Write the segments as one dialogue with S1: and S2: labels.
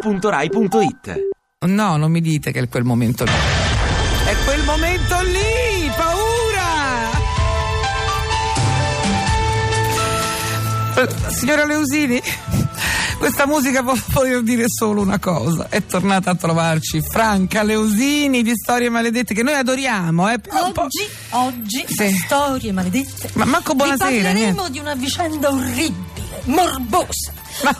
S1: radio2pod.rai.it
S2: No, non mi dite che è quel momento lì. È quel momento lì! Paura! Eh, Signora Leusini, questa musica può voler dire solo una cosa. È tornata a trovarci Franca Leusini di Storie Maledette, che noi adoriamo, eh. però un po'-
S3: Oggi, oggi,
S2: Sì.
S3: storie maledette.
S2: Ma manco buonasera,
S3: Vi parleremo
S2: niente.
S3: di una vicenda orribile, morbosa.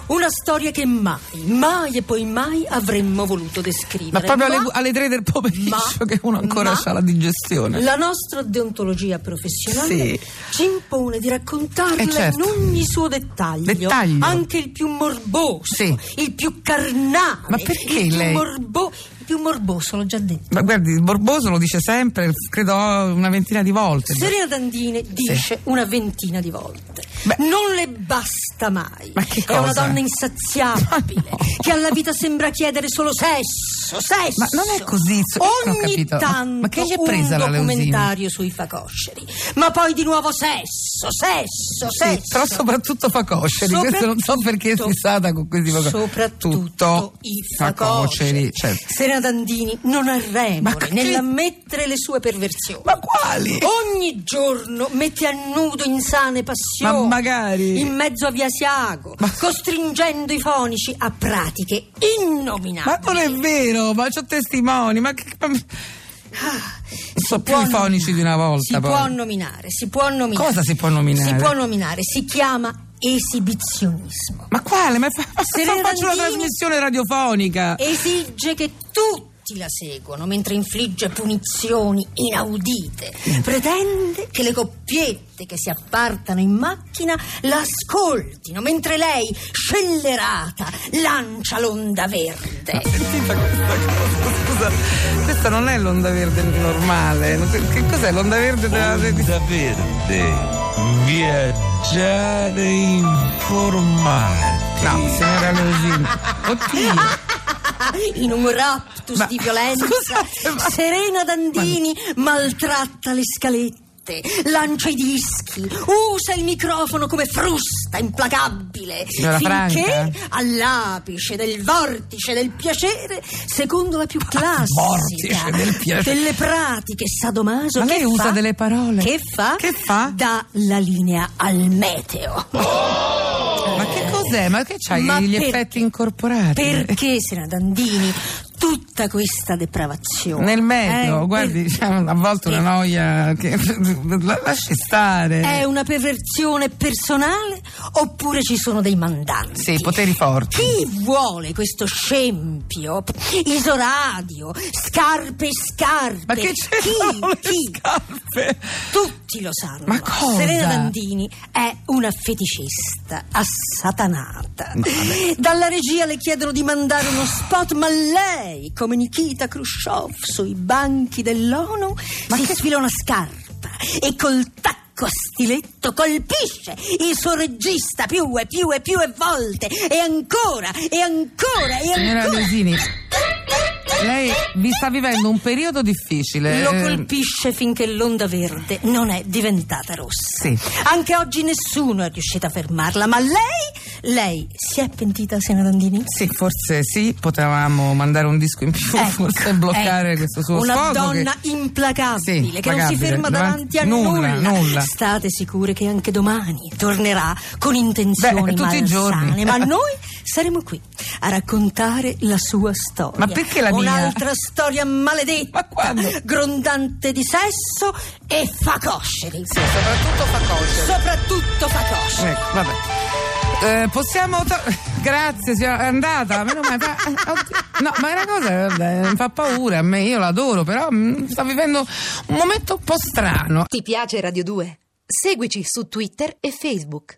S3: Una storia che mai, mai e poi mai avremmo voluto descrivere.
S2: Ma proprio alle, alle tre del pomeriggio
S3: ma-
S2: che uno ancora
S3: ma-
S2: ha la digestione.
S3: La nostra deontologia professionale
S2: Sì.
S3: ci impone di raccontarla
S2: Eh, certo.
S3: in ogni suo dettaglio,
S2: Dettaglio.
S3: anche il più morboso,
S2: Sì.
S3: il più carnale,
S2: Ma perché
S3: il più
S2: lei-
S3: morbo- il più morboso, l'ho già detto.
S2: Ma guardi, il Borboso lo dice sempre, credo una ventina di volte.
S3: Serena Dandini dice una ventina di volte.
S2: Beh.
S3: Non le basta mai.
S2: Ma che
S3: È una
S2: cosa?
S3: donna insaziabile
S2: Ma no.
S3: che alla vita sembra chiedere solo sesso, sesso.
S2: Ma non è così, so- io non ho
S3: Ogni
S2: capito. Ma-
S3: tanto
S2: ma che gli è presa
S3: un
S2: la Leusini?
S3: documentario sui facosceri. Ma poi di nuovo sesso, sesso,
S2: Sì,
S3: sesso.
S2: però soprattutto facosceri, questo non so perché è
S3: Soprattutto-
S2: fissata con questi facosceri.
S3: Soprattutto
S2: Tutto
S3: i facoceri.
S2: certo.
S3: Serena Dandini non ha
S2: Ma
S3: remore
S2: che-
S3: nell'ammettere le sue perversioni.
S2: Ma quali?
S3: Ogni giorno mette a nudo insane passioni.
S2: Ma magari.
S3: In mezzo a Via Siago,
S2: Ma-
S3: costringendo i fonici a pratiche
S2: Ma
S3: innominabili.
S2: non è vero, ma c'ho testimoni, ma che... ma- so più
S3: Ah, può
S2: i fonici
S3: nominare,
S2: di una volta.
S3: Si
S2: poi.
S3: può nominare, si può nominare.
S2: Cosa si può nominare?
S3: Si può nominare, si chiama esibizionismo.
S2: Ma quale? Ma fa- ma
S3: Serena
S2: faccio una
S3: Dandini-
S2: trasmissione radiofonica.
S3: Esige che tutti la seguono mentre infligge punizioni inaudite. Pretende che le coppiette che si appartano in macchina la ascoltino mentre lei, scellerata, lancia l'onda verde.
S2: Sentita questa cosa, scusa. Questa non è l'onda verde normale. Che cos'è l'onda verde della...
S3: Oh.
S4: Onda Verde. Viaggiare informati.
S2: No, signora Leusini. Oddio.
S3: Ah. In un raptus
S2: Ma-
S3: di violenza,
S2: scusate, ma-
S3: Serena Dandini maltratta le scalette, lancia i dischi, usa il microfono come frusta implacabile,
S2: Signora
S3: finché
S2: Franca?
S3: all'apice del vortice del piacere, secondo la più
S2: Ah, vortice
S3: classica
S2: del piacere.
S3: delle pratiche sadomaso,
S2: Ma lei
S3: che
S2: usa
S3: fa-
S2: delle parole.
S3: Che fa?
S2: Che fa?
S3: Dà la linea al meteo.
S2: Ma che cos'è? Ma che c'hai
S3: Ma
S2: gli
S3: per-
S2: effetti incorporati?
S3: Perché, Serena Dandini, tutta questa depravazione?
S2: Nel meteo,
S3: Eh,
S2: guardi,
S3: per-
S2: c'è a volte una noia che la- lasci stare.
S3: È una perversione personale oppure ci sono dei mandanti?
S2: Sì, poteri forti.
S3: Chi vuole questo scempio? Isoradio, scarpe e scarpe.
S2: Ma che c'è?
S3: Chi?
S2: le
S3: Chi?
S2: scarpe?
S3: Tutti lo sanno.
S2: Ma cosa?
S3: Serena Dandini è una feticista assatanata. Dalla regia le chiedono di mandare uno spot, ma lei, come Nikita Khrushchev sui banchi dell'ONU, si sfila una scarpa e col tacco a stiletto colpisce il suo regista più e più e più e volte e ancora e ancora e
S2: Signora
S3: ancora.
S2: Rosini, lei vi sta vivendo un periodo difficile.
S3: Lo
S2: Eh,
S3: colpisce finché l'onda verde non è diventata rossa.
S2: Sì.
S3: Anche oggi nessuno è riuscito a fermarla, ma lei, lei si è pentita, Serena Dandini?
S2: Sì, forse sì, potevamo mandare un disco in più,
S3: Ecco,
S2: forse bloccare
S3: ecco,
S2: questo suo
S3: una
S2: sfogo che-
S3: donna implacabile
S2: Sì,
S3: che non si
S2: implacabile,
S3: ferma
S2: davanti-
S3: davanti a
S2: nulla,
S3: nulla,
S2: nulla.
S3: state sicure che anche domani tornerà con intenzioni
S2: Beh, tutti i giorni.
S3: malsane ma noi saremo qui a raccontare la sua storia
S2: Ma perché la mia?
S3: un'altra storia maledetta
S2: Ma quando?
S3: grondante di sesso e facosceri
S2: soprattutto fa cosce.
S3: soprattutto facosceri
S2: Ecco, vabbè. Eh, possiamo. to- Grazie, signora. È andata. Meno male. Fa- eh, oddio. No, ma è una cosa eh, vabbè, fa paura a me. Io l'adoro, però mm, sta vivendo un momento un po' strano.
S5: Ti piace Radio 2? Seguici su Twitter e Facebook.